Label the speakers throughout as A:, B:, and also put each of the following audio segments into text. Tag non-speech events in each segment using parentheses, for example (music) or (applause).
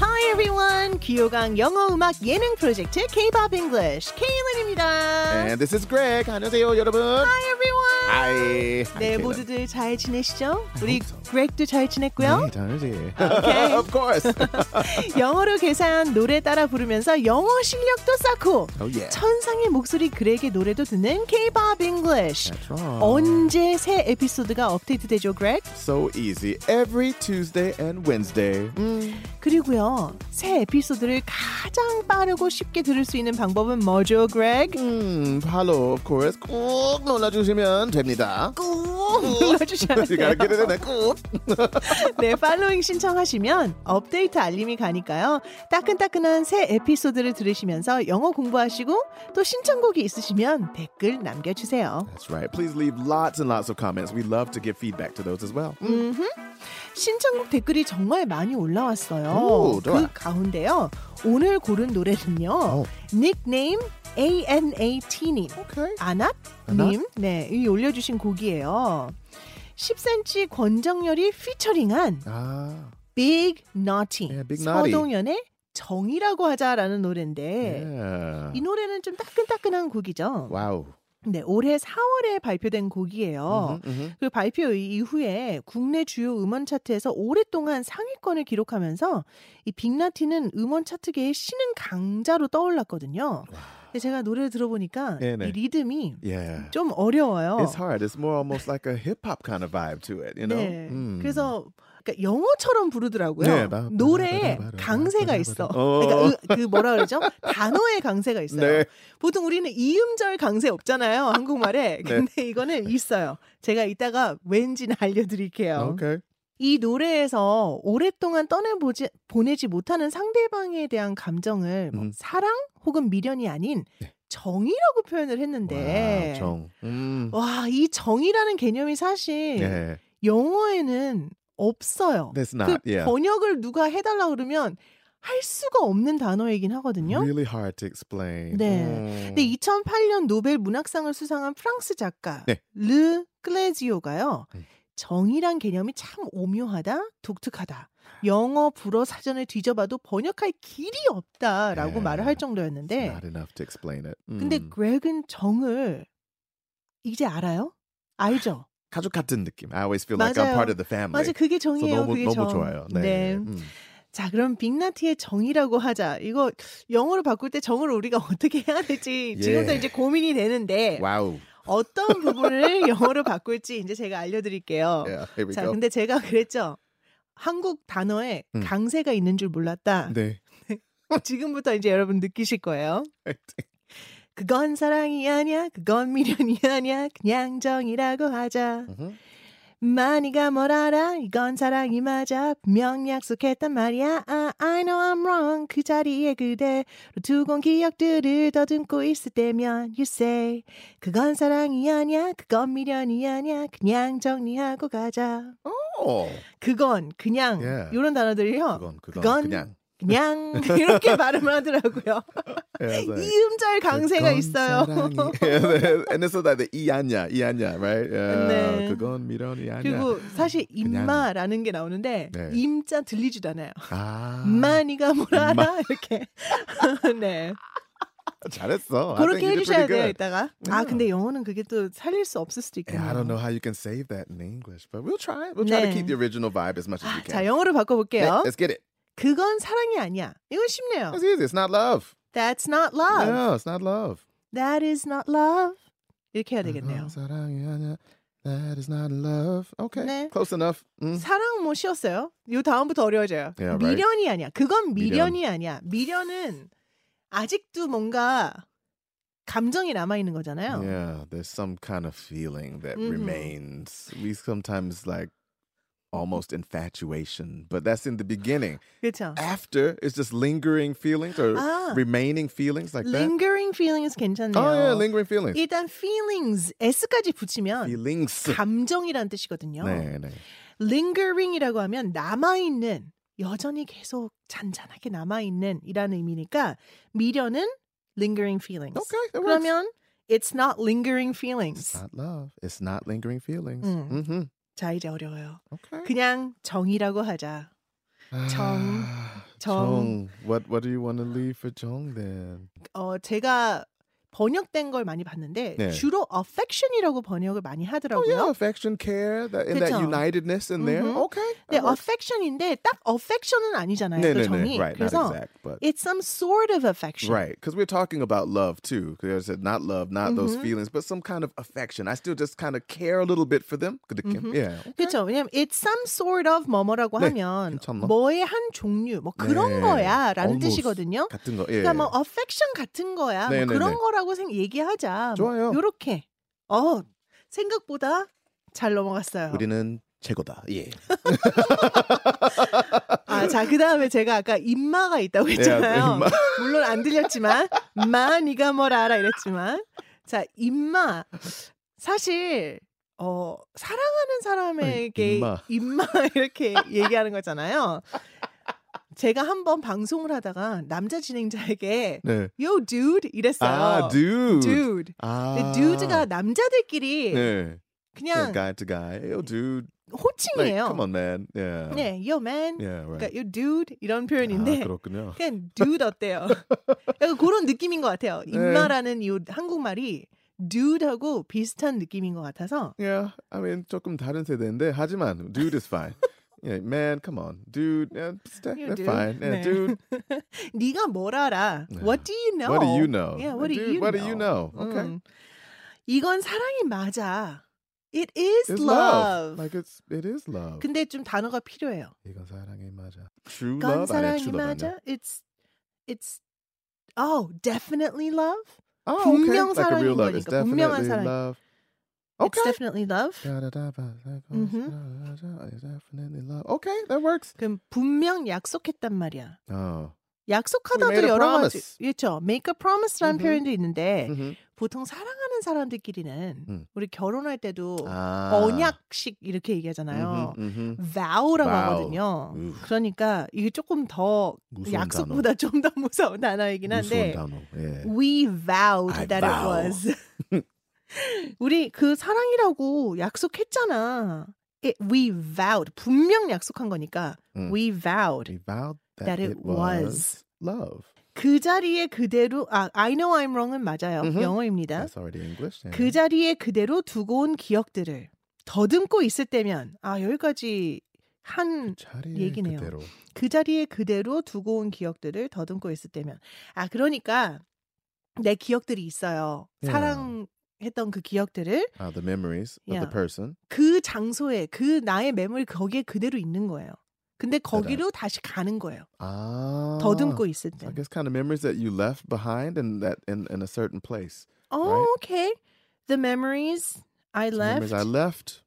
A: Hi everyone. 귀요강 영어 음악 예능 프로젝트 K-pop English 케이은입니다.
B: And this is Greg. 안녕하세요, 여러분.
A: Hi everyone.
B: Hi.
A: 네,
B: Hi, Kayla.
A: 모두들 잘 지내시죠?
B: I
A: 우리
B: hope so.
A: Greg도 잘 지냈고요.
B: 네, 당연하지.
A: Okay.
B: (laughs) of course. 음. (laughs)
A: 영어로 계산 노래 따라 부르면서 영어 실력도 쌓고
B: oh yeah.
A: 천상의 목소리 그렉의 노래도 듣는 K-pop English.
B: That's right.
A: 언제 새 에피소드가 업데이트되죠, Greg?
B: So easy. Every Tuesday and Wednesday. 음.
A: 그리고요, 새 에피소드를 가장 빠르고 쉽게 들을 수 있는 방법은 뭐죠, Greg?
B: 음, 바로 of course 꾹 눌러주시면 됩니다.
A: 꾹
B: (laughs)
A: 눌러주셔야
B: You gotta get it
A: 돼요.
B: in there. 꾹.
A: 네, 팔로잉 신청하시면 업데이트 알림이 가니까요. 따끈따끈한 새 에피소드를 들으시면서 영어 공부하시고 또 신청곡이 있으시면 댓글 남겨주세요.
B: That's right. Please leave lots and lots of comments. We love to give feedback to those as well.
A: 음흠. 신청곡 댓글이 정말 많이 올라왔어요.
B: 오, 좋아.
A: 그 가운데요. 오늘 고른 노래는요.
B: 오.
A: 닉네임 ANAT님.
B: Okay.
A: 아낫님. 네, 이 올려주신 곡이에요. 10cm 권정열이 피처링한
B: Ah.
A: Big Naughty.
B: 예, Big Naughty.
A: 서동현의 정이라고 하자라는
B: 네.
A: 노래인데
B: Yeah.
A: 이 노래는 좀 따끈따끈한 곡이죠.
B: Wow.
A: 네, 올해 4월에 발표된 곡이에요.
B: Mhm, mhm.
A: 그 발표 이후에 국내 주요 음원 차트에서 오랫동안 상위권을 기록하면서 이 빅나티는 음원 차트계의 신흥 강자로 떠올랐거든요. 근데 제가 노래를 들어보니까
B: 네네. 네,
A: 이 리듬이
B: Yeah.
A: 좀 어려워요.
B: It's hard. It's more almost like a hip hop kind of vibe to it, you know?
A: 네.
B: Mm.
A: 그래서 그러니까 영어처럼 부르더라고요.
B: 네, 바-
A: 노래에
B: 바라바라바라,
A: 강세가 있어.
B: 바라바라.
A: 그러니까 으- 그 뭐라 그러죠? 단어에 강세가 있어요.
B: 네.
A: 보통 우리는 이음절 강세 없잖아요. 한국말에.
B: (laughs) 네.
A: 근데 이거는 있어요. 제가 이따가 왠지는 알려드릴게요.
B: Okay.
A: 이 노래에서 오랫동안 떠내보지 보내지 못하는 상대방에 대한 감정을 뭐
B: 음.
A: 사랑 혹은 미련이 아닌
B: 네.
A: 정이라고 표현을 했는데
B: 와, 정. 음.
A: 와, 이 정이라는 개념이 사실
B: 예.
A: 영어에는 없어요.
B: That's
A: 그
B: not. Yeah.
A: 번역을 누가 해달라 그러면 할 수가 없는 단어이긴 하거든요.
B: Really hard to explain. Mm.
A: 네.
B: 음.
A: 근데 2008년 노벨 문학상을 수상한 프랑스 작가
B: 네.
A: 르 클레지오가요.
B: 음.
A: 정이란 개념이 참 오묘하다, 독특하다. 영어 불어 사전을 뒤져봐도 번역할 길이 없다라고
B: 네.
A: 말을 할 정도였는데
B: Not enough to explain it. Mm. 음.
A: 근데 그렉은 정을 이제 알아요? 알죠?
B: 가족 같은 느낌. I always feel like
A: 맞아요.
B: I'm part of the family.
A: 맞아 그게
B: 네. 그래서
A: 정이에요.
B: 너무
A: 그게
B: 너무
A: 정.
B: 좋아요. 네. 음.
A: 자, 그럼 빅나티의 정이라고 하자. 이거 영어로 바꿀 때 정을 우리가 (laughs) 어떻게 해야 될지
B: 예.
A: 지금도 이제 고민이 되는데
B: 와우.
A: 어떤 부분을 (laughs) 영어로 바꿀지 이제 제가 알려드릴게요.
B: Yeah, 예, here we
A: 자,
B: go.
A: 근데 제가 그랬죠. 한국 단어에
B: 음.
A: 강세가 있는 줄 몰랐다.
B: 네.
A: (laughs) 지금부터 이제 여러분 느끼실
B: (laughs)
A: 거예요. 그건 사랑이 아니야. 그건 미련이 아니야. 그냥 정이라고 하자.
B: 음흠.
A: 많이가 뭘 알아 이건 사랑이 맞아 분명 약속했단 말이야 아, I know I'm wrong 그 자리에 그대로 두고 기억들을 더듬고 있을 때면 You say 그건 사랑이 아니야 그건 미련이 아니야 그냥 정리하고 가자
B: 어.
A: 그건 그냥
B: 예.
A: 이런 단어들이요
B: 그건 네. 그건,
A: 그건
B: 그냥. (laughs)
A: 그냥 이렇게 발음을 하더라고요
B: Yeah, it's like,
A: 이음절 강세가
B: 네. 그건
A: 있어요
B: 사랑이. (laughs) Yeah, and it's like the 이아냐, 이아냐, right? Yeah,
A: 네.
B: 그건 미련이 아니야.
A: (laughs) 그리고 사실 임마라는 게 나오는데
B: 네.
A: 임자 들리지도 않아요
B: 아,
A: 마니가 뭘 알아
B: 마.
A: (laughs) 이렇게 네
B: 잘했어. I think
A: 그렇게
B: you did
A: 해주셔야
B: pretty
A: 돼요
B: good.
A: 이따가 아
B: Yeah.
A: 근데 영어는 그게 또 살릴 수 없을 수도
B: 음. Yeah, I
A: 있겠네요
B: don't know how you can save that in English, but we'll try it. We'll try
A: 네.
B: to keep the original vibe as much as we can.
A: 아, 자 영어로 바꿔볼게요
B: Let- Let's get it.
A: 그건 사랑이 아니야 이건 쉽네요
B: It's easy. It's not love.
A: That's not love
B: No, it's not love.
A: That is not love 이렇게 해야 되겠네요
B: 그건 사랑이 아니야. That is not love. Okay,
A: 네.
B: close enough. 음.
A: 사랑 뭐 쉬었어요 요 다음부터 어려워져요
B: Yeah, right.
A: 미련이 아니야 그건
B: 미련.
A: 미련이 아니야 미련은 아직도 뭔가 감정이 남아있는 거잖아요
B: Yeah, there's some kind of feeling that
A: Mhm.
B: remains. We sometimes like almost infatuation, but that's in the beginning.
A: 그렇죠
B: After, it's just lingering feelings or
A: 아
B: remaining feelings like that.
A: lingering feelings 괜찮네요
B: Oh yeah, lingering feelings.
A: 일단 feelings s까지 붙이면
B: feelings.
A: 감정이란 뜻이거든요.
B: 네, 네.
A: lingering이라고 하면 남아 있는 여전히 계속 잔잔하게 남아 있는이라는 의미니까 미련은 lingering feelings.
B: Okay, that works.
A: 그러면 it's not lingering
B: It's
A: feelings.
B: not love. It's not lingering feelings.
A: 음.
B: hmm
A: 자 이제 어려워요.
B: Okay. (sighs)
A: 그냥 정이라고 하자. 정.
B: 아,
A: 정.
B: Jong, what what do you want to leave for Jong then?
A: 어 제가 번역된 걸 많이 봤는데
B: 네.
A: 주로 affection이라고 번역을 많이
B: Oh
A: 하더라고요.
B: yeah, affection, care, that in that
A: 그쵸.
B: unitedness in there.
A: Mhm.
B: Okay.
A: 네,
B: that works.
A: affection인데 딱 affection은 아니잖아요.
B: 네,
A: 그
B: 네,
A: 정이.
B: 네. Right, not
A: 그래서
B: exact, but
A: it's some sort of affection.
B: Right, because we're talking about love too. Because I said not love, not those
A: Mhm.
B: feelings, but some kind of affection. I still just kind of care a little bit for them. Good to
A: Mhm.
B: Kim. Yeah. okay.
A: 그렇죠. 왜냐면 it's some sort of 뭐뭐라고
B: 네,
A: 하면
B: 괜찮나?
A: 뭐의 한 종류, 뭐 그런
B: 네,
A: 거야라는
B: almost
A: 뜻이거든요.
B: 같은 거. 예.
A: 그러니까 뭐 affection 같은 거야,
B: 네,
A: 뭐
B: 네,
A: 그런
B: 네.
A: 거라고 생 얘기하자.
B: 좋아요.
A: 이렇게. 어 생각보다 잘 넘어갔어요.
B: 우리는 최고다. 예.
A: 아, 자, 그 다음에 제가 아까 인마가 있다고 (laughs) 했잖아요.
B: 네, 인마. (laughs)
A: 물론 안 들렸지만, 마, 니가 뭘 알아, 이랬지만. 자, 인마. 사실, 어, 사랑하는 사람에게
B: 인마.
A: 인마, (laughs) 이렇게 얘기하는 거잖아요. 제가 한번 방송을 하다가 남자 진행자에게,
B: 네.
A: yo, dude, 이랬어요.
B: 아, Ah, dude. Ah.
A: dude.
B: 아.
A: 근데 dude가 남자들끼리
B: 네.
A: 그냥
B: guy to guy. Yo, dude. Like,
A: 호칭이에요.
B: 네, come on, man. Yeah.
A: 네, yo, man.
B: Yeah, right.
A: 그러니까, yo, dude. 이런 표현인데.
B: 아, 그렇군요.
A: 그냥 dude
B: (laughs)
A: 어때요? 약간 그런 느낌인 것 같아요.
B: 네.
A: 인마라는 이 한국말이 dude하고 비슷한 느낌인 것 같아서
B: Yeah, I mean 조금 다른 세대인데 하지만 dude is
A: (laughs)
B: fine. yeah, man, come on, dude. Yeah, that,
A: You
B: that's
A: dude.
B: fine.
A: 네.
B: Yeah, dude.
A: (laughs) 네가 뭘 알아? What do you know?
B: What do you know?
A: Yeah, what do
B: Dude,
A: you
B: what
A: know? Mm,
B: do you know? Okay.
A: 음. 이건 사랑이 맞아. It is
B: It's
A: love.
B: love. Like it's it is love.
A: 근데 좀 단어가 필요해요.
B: 이건 사랑이 맞아. True
A: 이건
B: love 아니야?
A: 사랑이
B: True love 아니야?
A: 맞아. It's it's oh definitely love.
B: Oh,
A: 분명
B: like a real
A: 사랑인
B: love. It's
A: 거니까, 분명한
B: definitely
A: 사랑.
B: love.
A: It's
B: Okay.
A: definitely love.
B: Mm-hmm. It's definitely love. Okay, that works.
A: 그럼 분명 약속했단 말이야.
B: Oh. We
A: 약속하다도
B: made a
A: 여러 가지
B: promise.
A: 그렇죠. make a promise라는
B: 음흠.
A: 표현도 있는데
B: Mm-hmm.
A: 보통 사랑하는 사람들끼리는
B: 음.
A: 우리 결혼할 때도
B: 아.
A: Oh, 언약식 이렇게 얘기하잖아요.
B: Ah. Mm-hmm.
A: vow라고
B: Vow.
A: 하거든요.
B: 우.
A: 그러니까 이게 조금 더
B: 무서운
A: 약속보다 좀 더 무서운 단어이긴 한데
B: 단어. 예.
A: we vowed
B: I
A: that
B: vow.
A: it
B: (laughs)
A: was 우리 그 사랑이라고 약속했잖아. It, we vowed 분명 약속한 거니까
B: 음.
A: we vowed
B: We vowed that,
A: that it
B: it was love.
A: 그 자리에 그대로 아 I know I'm wrong은 맞아요.
B: 음흠. 네.
A: 영어입니다.
B: That's already English. yeah.
A: 그 자리에 그대로 두고 온 기억들을 더듬고 있을 때면 아 여기까지 한 그
B: 자리에
A: 얘기네요.
B: 그대로.
A: 자리에 그대로 두고 온 기억들을 더듬고 있을 때면 아 그러니까 내 기억들이 있어요.
B: 예.
A: 사랑했던 그 기억들을
B: Uh, the memories of
A: Yeah.
B: the person.
A: 그 장소에 그 나의 매물이 거기에 그대로 있는 거예요. 근데 거기로 다시 가는 거예요.
B: 아.
A: 더듬고 있을 때.
B: Ah. I guess kind of memories that you left behind and that in, in a certain place.
A: Oh, okay. The memories I
B: The
A: left.
B: memories I left.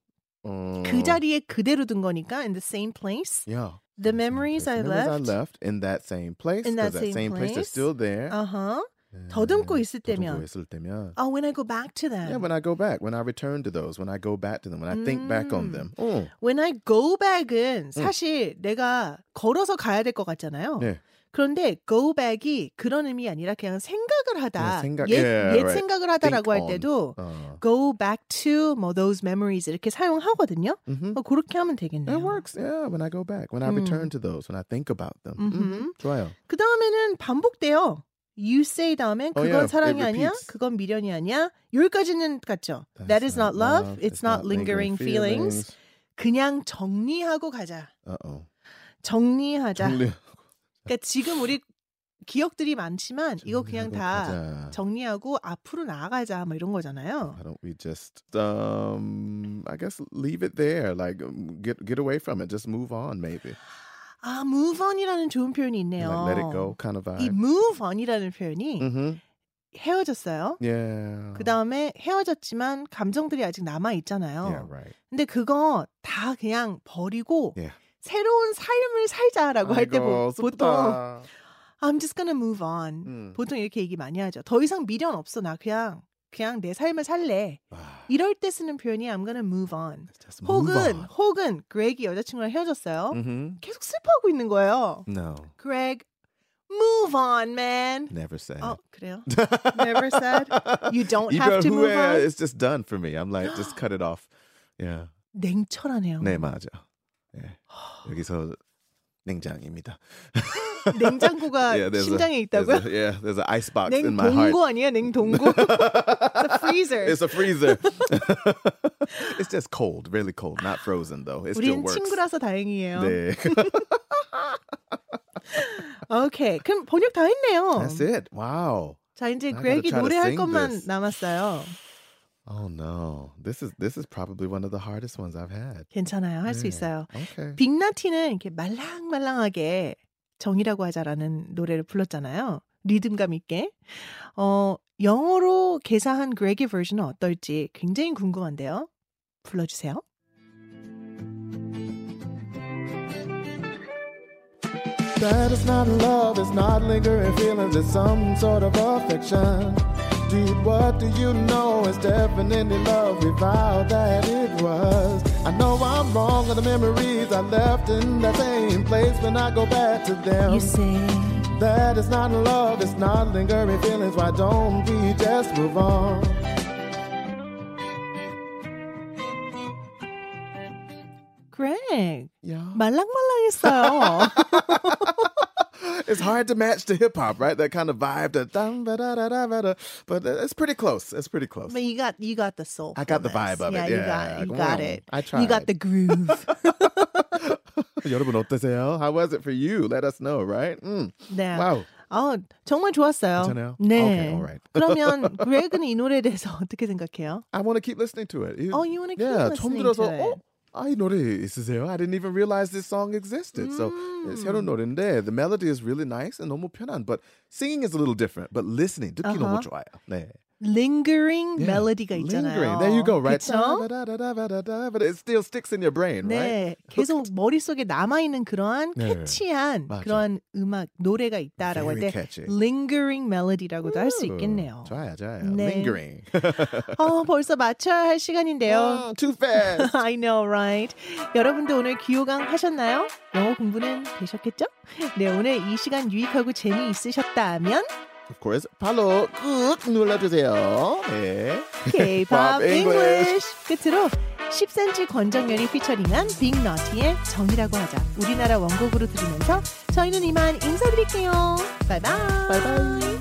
B: um,
A: 그 자리에 그대로 둔 거니까 in the same place.
B: Yeah.
A: The
B: in same
A: memories
B: place.
A: I
B: The
A: left.
B: memories I left in that same place.
A: In that
B: 'cause
A: same
B: place.
A: place.
B: is still there.
A: Uh-huh.
B: 네.
A: 더듬고 있을
B: 더듬고
A: 때면.
B: 있을 때면.
A: Oh, when I go back to them.
B: Yeah, 네, when I go back, when I return to those, when I go back to them, when I think back on
A: 음.
B: them. Oh, 어.
A: When I go back은 사실 내가 걸어서 가야 될 것 같잖아요.
B: 음. 네.
A: 그런데 go back이 그런 의미 아니라 그냥 생각을 하다.
B: 그냥 생각-
A: 옛,
B: yeah,
A: 옛
B: right.
A: 생각을 하다라고 할
B: Think on.
A: 때도
B: 어.
A: go back to 뭐 those memories 이렇게 사용하거든요.
B: Mhm.
A: 뭐 그렇게 하면
B: It
A: 되겠네요.
B: works. Yeah, when I go back, when I
A: 음.
B: return to those, when I think about them.
A: 음흠.
B: Mhm. 좋아요.
A: 그 다음에는 반복돼요. You say 다음엔
B: Oh,
A: 그건
B: yeah.
A: 사랑이
B: It
A: 아니야,
B: repeats.
A: 그건 미련이 아니야. 여기까지는 같죠. That is not love. It's not lingering feelings. 그냥 정리하고 가자.
B: Uh oh. (laughs)
A: 정리하자. 그러니까 지금 우리 기억들이 많지만 이거 그냥 다 정리하고 앞으로 나아가자 뭐 이런 거잖아요.
B: Why don't we just um? I guess leave it there. Like um, get get away from it. Just move on. Maybe
A: 아, move on이라는 좋은 표현이 있네요.
B: like let it go. Kind of
A: 이
B: vibe.
A: move on이라는 표현이
B: Mm-hmm.
A: 헤어졌어요.
B: Yeah.
A: 그 다음에 헤어졌지만 감정들이 아직 남아 있잖아요.
B: Yeah. Right.
A: 근데 그거 다 그냥 버리고
B: Yeah.
A: 새로운 삶을 살자라고 할 때
B: 예. 아이고,
A: 보통
B: 슬프다.
A: I'm just gonna move on
B: 음.
A: 보통 이렇게 얘기 많이 하죠. 더 이상 미련 없어 나 그냥 그냥 내 삶을 살래.
B: 아,
A: 이럴 때 쓰는 표현이 I'm gonna move on.
B: Ah, just move
A: 혹은
B: on.
A: 혹은 그렉이 여자친구랑 헤어졌어요.
B: Mhm.
A: 계속 슬퍼하고 있는 거예요.
B: No,
A: 그렉 move on man.
B: never say. (laughs)
A: 어 그래요? Oh, Never said you don't have
B: 네. 이별
A: to move
B: 후에
A: on.
B: It's just done for me. I'm
A: (gasps)
B: like, just cut it off. Yeah.
A: 냉철하네요. (gasps)
B: 네 맞아. 예. 여기서 냉장입니다. (laughs)
A: 냉장고가
B: Yeah, there's a-
A: 심장에
B: there's
A: 있다고요?
B: a- yeah, there's an ice box in 아, my heart.
A: 냉동고 아니야?
B: (laughs)
A: 냉동고? It's a freezer.
B: It's a
A: (laughs)
B: freezer. (laughs) it's just cold, really cold, not frozen though. It still
A: 우리는
B: works.
A: 친구라서 다행이에요.
B: 네.
A: 오케이. 그럼 번역 다 했네요.
B: That's it. Wow.
A: 자, 이제
B: I gotta
A: 그렉이
B: try to
A: 노래할
B: sing
A: 것만
B: this.
A: 남았어요.
B: Oh no. This is this is probably one of the hardest ones I've had.
A: 괜찮아요. 할 수
B: 네.
A: 있어요.
B: Okay.
A: 빅나티는 이렇게 말랑말랑하게 정이라고 하자라는 노래를 불렀잖아요. 리듬감 있게. 어, 영어로 개사한 그렉의 버전은 어떨지 굉장히 궁금한데요. 불러주세요.
B: That is not love, it's not lingering feelings, it's some sort of affection. Dude, what do you know? It's definitely love, we vowed that it was. I know I'm wrong with the memories I left in that same place when I go back to them. That is not love, it's not lingering feelings. Why don't we just move on?
A: 그렉,
B: Yeah. (laughs)
A: 말랑말랑했어요.
B: It's hard to match the hip hop, right? That kind of vibe, the dum ba da da da ba da. But it's pretty close. It's pretty close.
A: But
B: (laughs)
A: you got you got the soul.
B: I got the vibe of it.
A: Yeah,
B: Yeah,
A: you got you
B: come
A: got
B: on.
A: it.
B: I
A: You got
B: tried.
A: the
B: (laughs)
A: groove.
B: 여러분 어떠세요? "Oh, How was it for you? Let us know, right? Mm.
A: 네.
B: Wow.
A: 아 정말 좋았어요.
B: 괜찮아요?
A: 네.
B: Okay, alright. (laughs)
A: 그러면 그렉은 이 노래에 대해서 어떻게 생각해요?
B: I want to keep listening to it.
A: Oh, you wanna keep
B: yeah, "Oh,
A: listening
B: 처음 들어서
A: to it.
B: 어? 아, 이 노래 있으세요? I didn't even realize this song existed. So eh,
A: Mm.
B: 새로운 노래인데 the melody is really nice and 너무 편한. But singing is a little different. But listening 듣기
A: Uh-huh.
B: 너무 좋아요. 네.
A: Lingering
B: Yeah.
A: 멜로디가 있잖아요.
B: Lingering. There you go, right?
A: 그쵸?
B: Da-da-da-da-da-da-da, But it still sticks in your brain,
A: 네,
B: right?
A: 계속 머릿속에 남아있는 그러한
B: 네.
A: 캐치한
B: 맞아.
A: 그러한 음악, 노래가 있다라고 할
B: Very
A: 때
B: catchy.
A: Lingering Melody라고도 할 수 있겠네요.
B: 음, 좋아요, 좋아요.
A: 네.
B: Lingering.
A: 어, 벌써 맞춰야 할 시간인데요.
B: 음, (laughs) too
A: (laughs)
B: fast.
A: I know, right? 여러분도 오늘 귀호강 하셨나요? 영어 공부는 되셨겠죠? 네, 오늘 이 시간 유익하고
B: (laughs)
A: 재미있으셨다면
B: of course. 팔로 꾹 눌러주세요. 네.
A: K-pop
B: Pop English.
A: English 끝으로 10cm 권정열이 피처링한 빅너티의 정이라고 하자 우리나라 원곡으로 들으면서 저희는 이만 인사드릴게요. 바이바이.
B: 바이바이.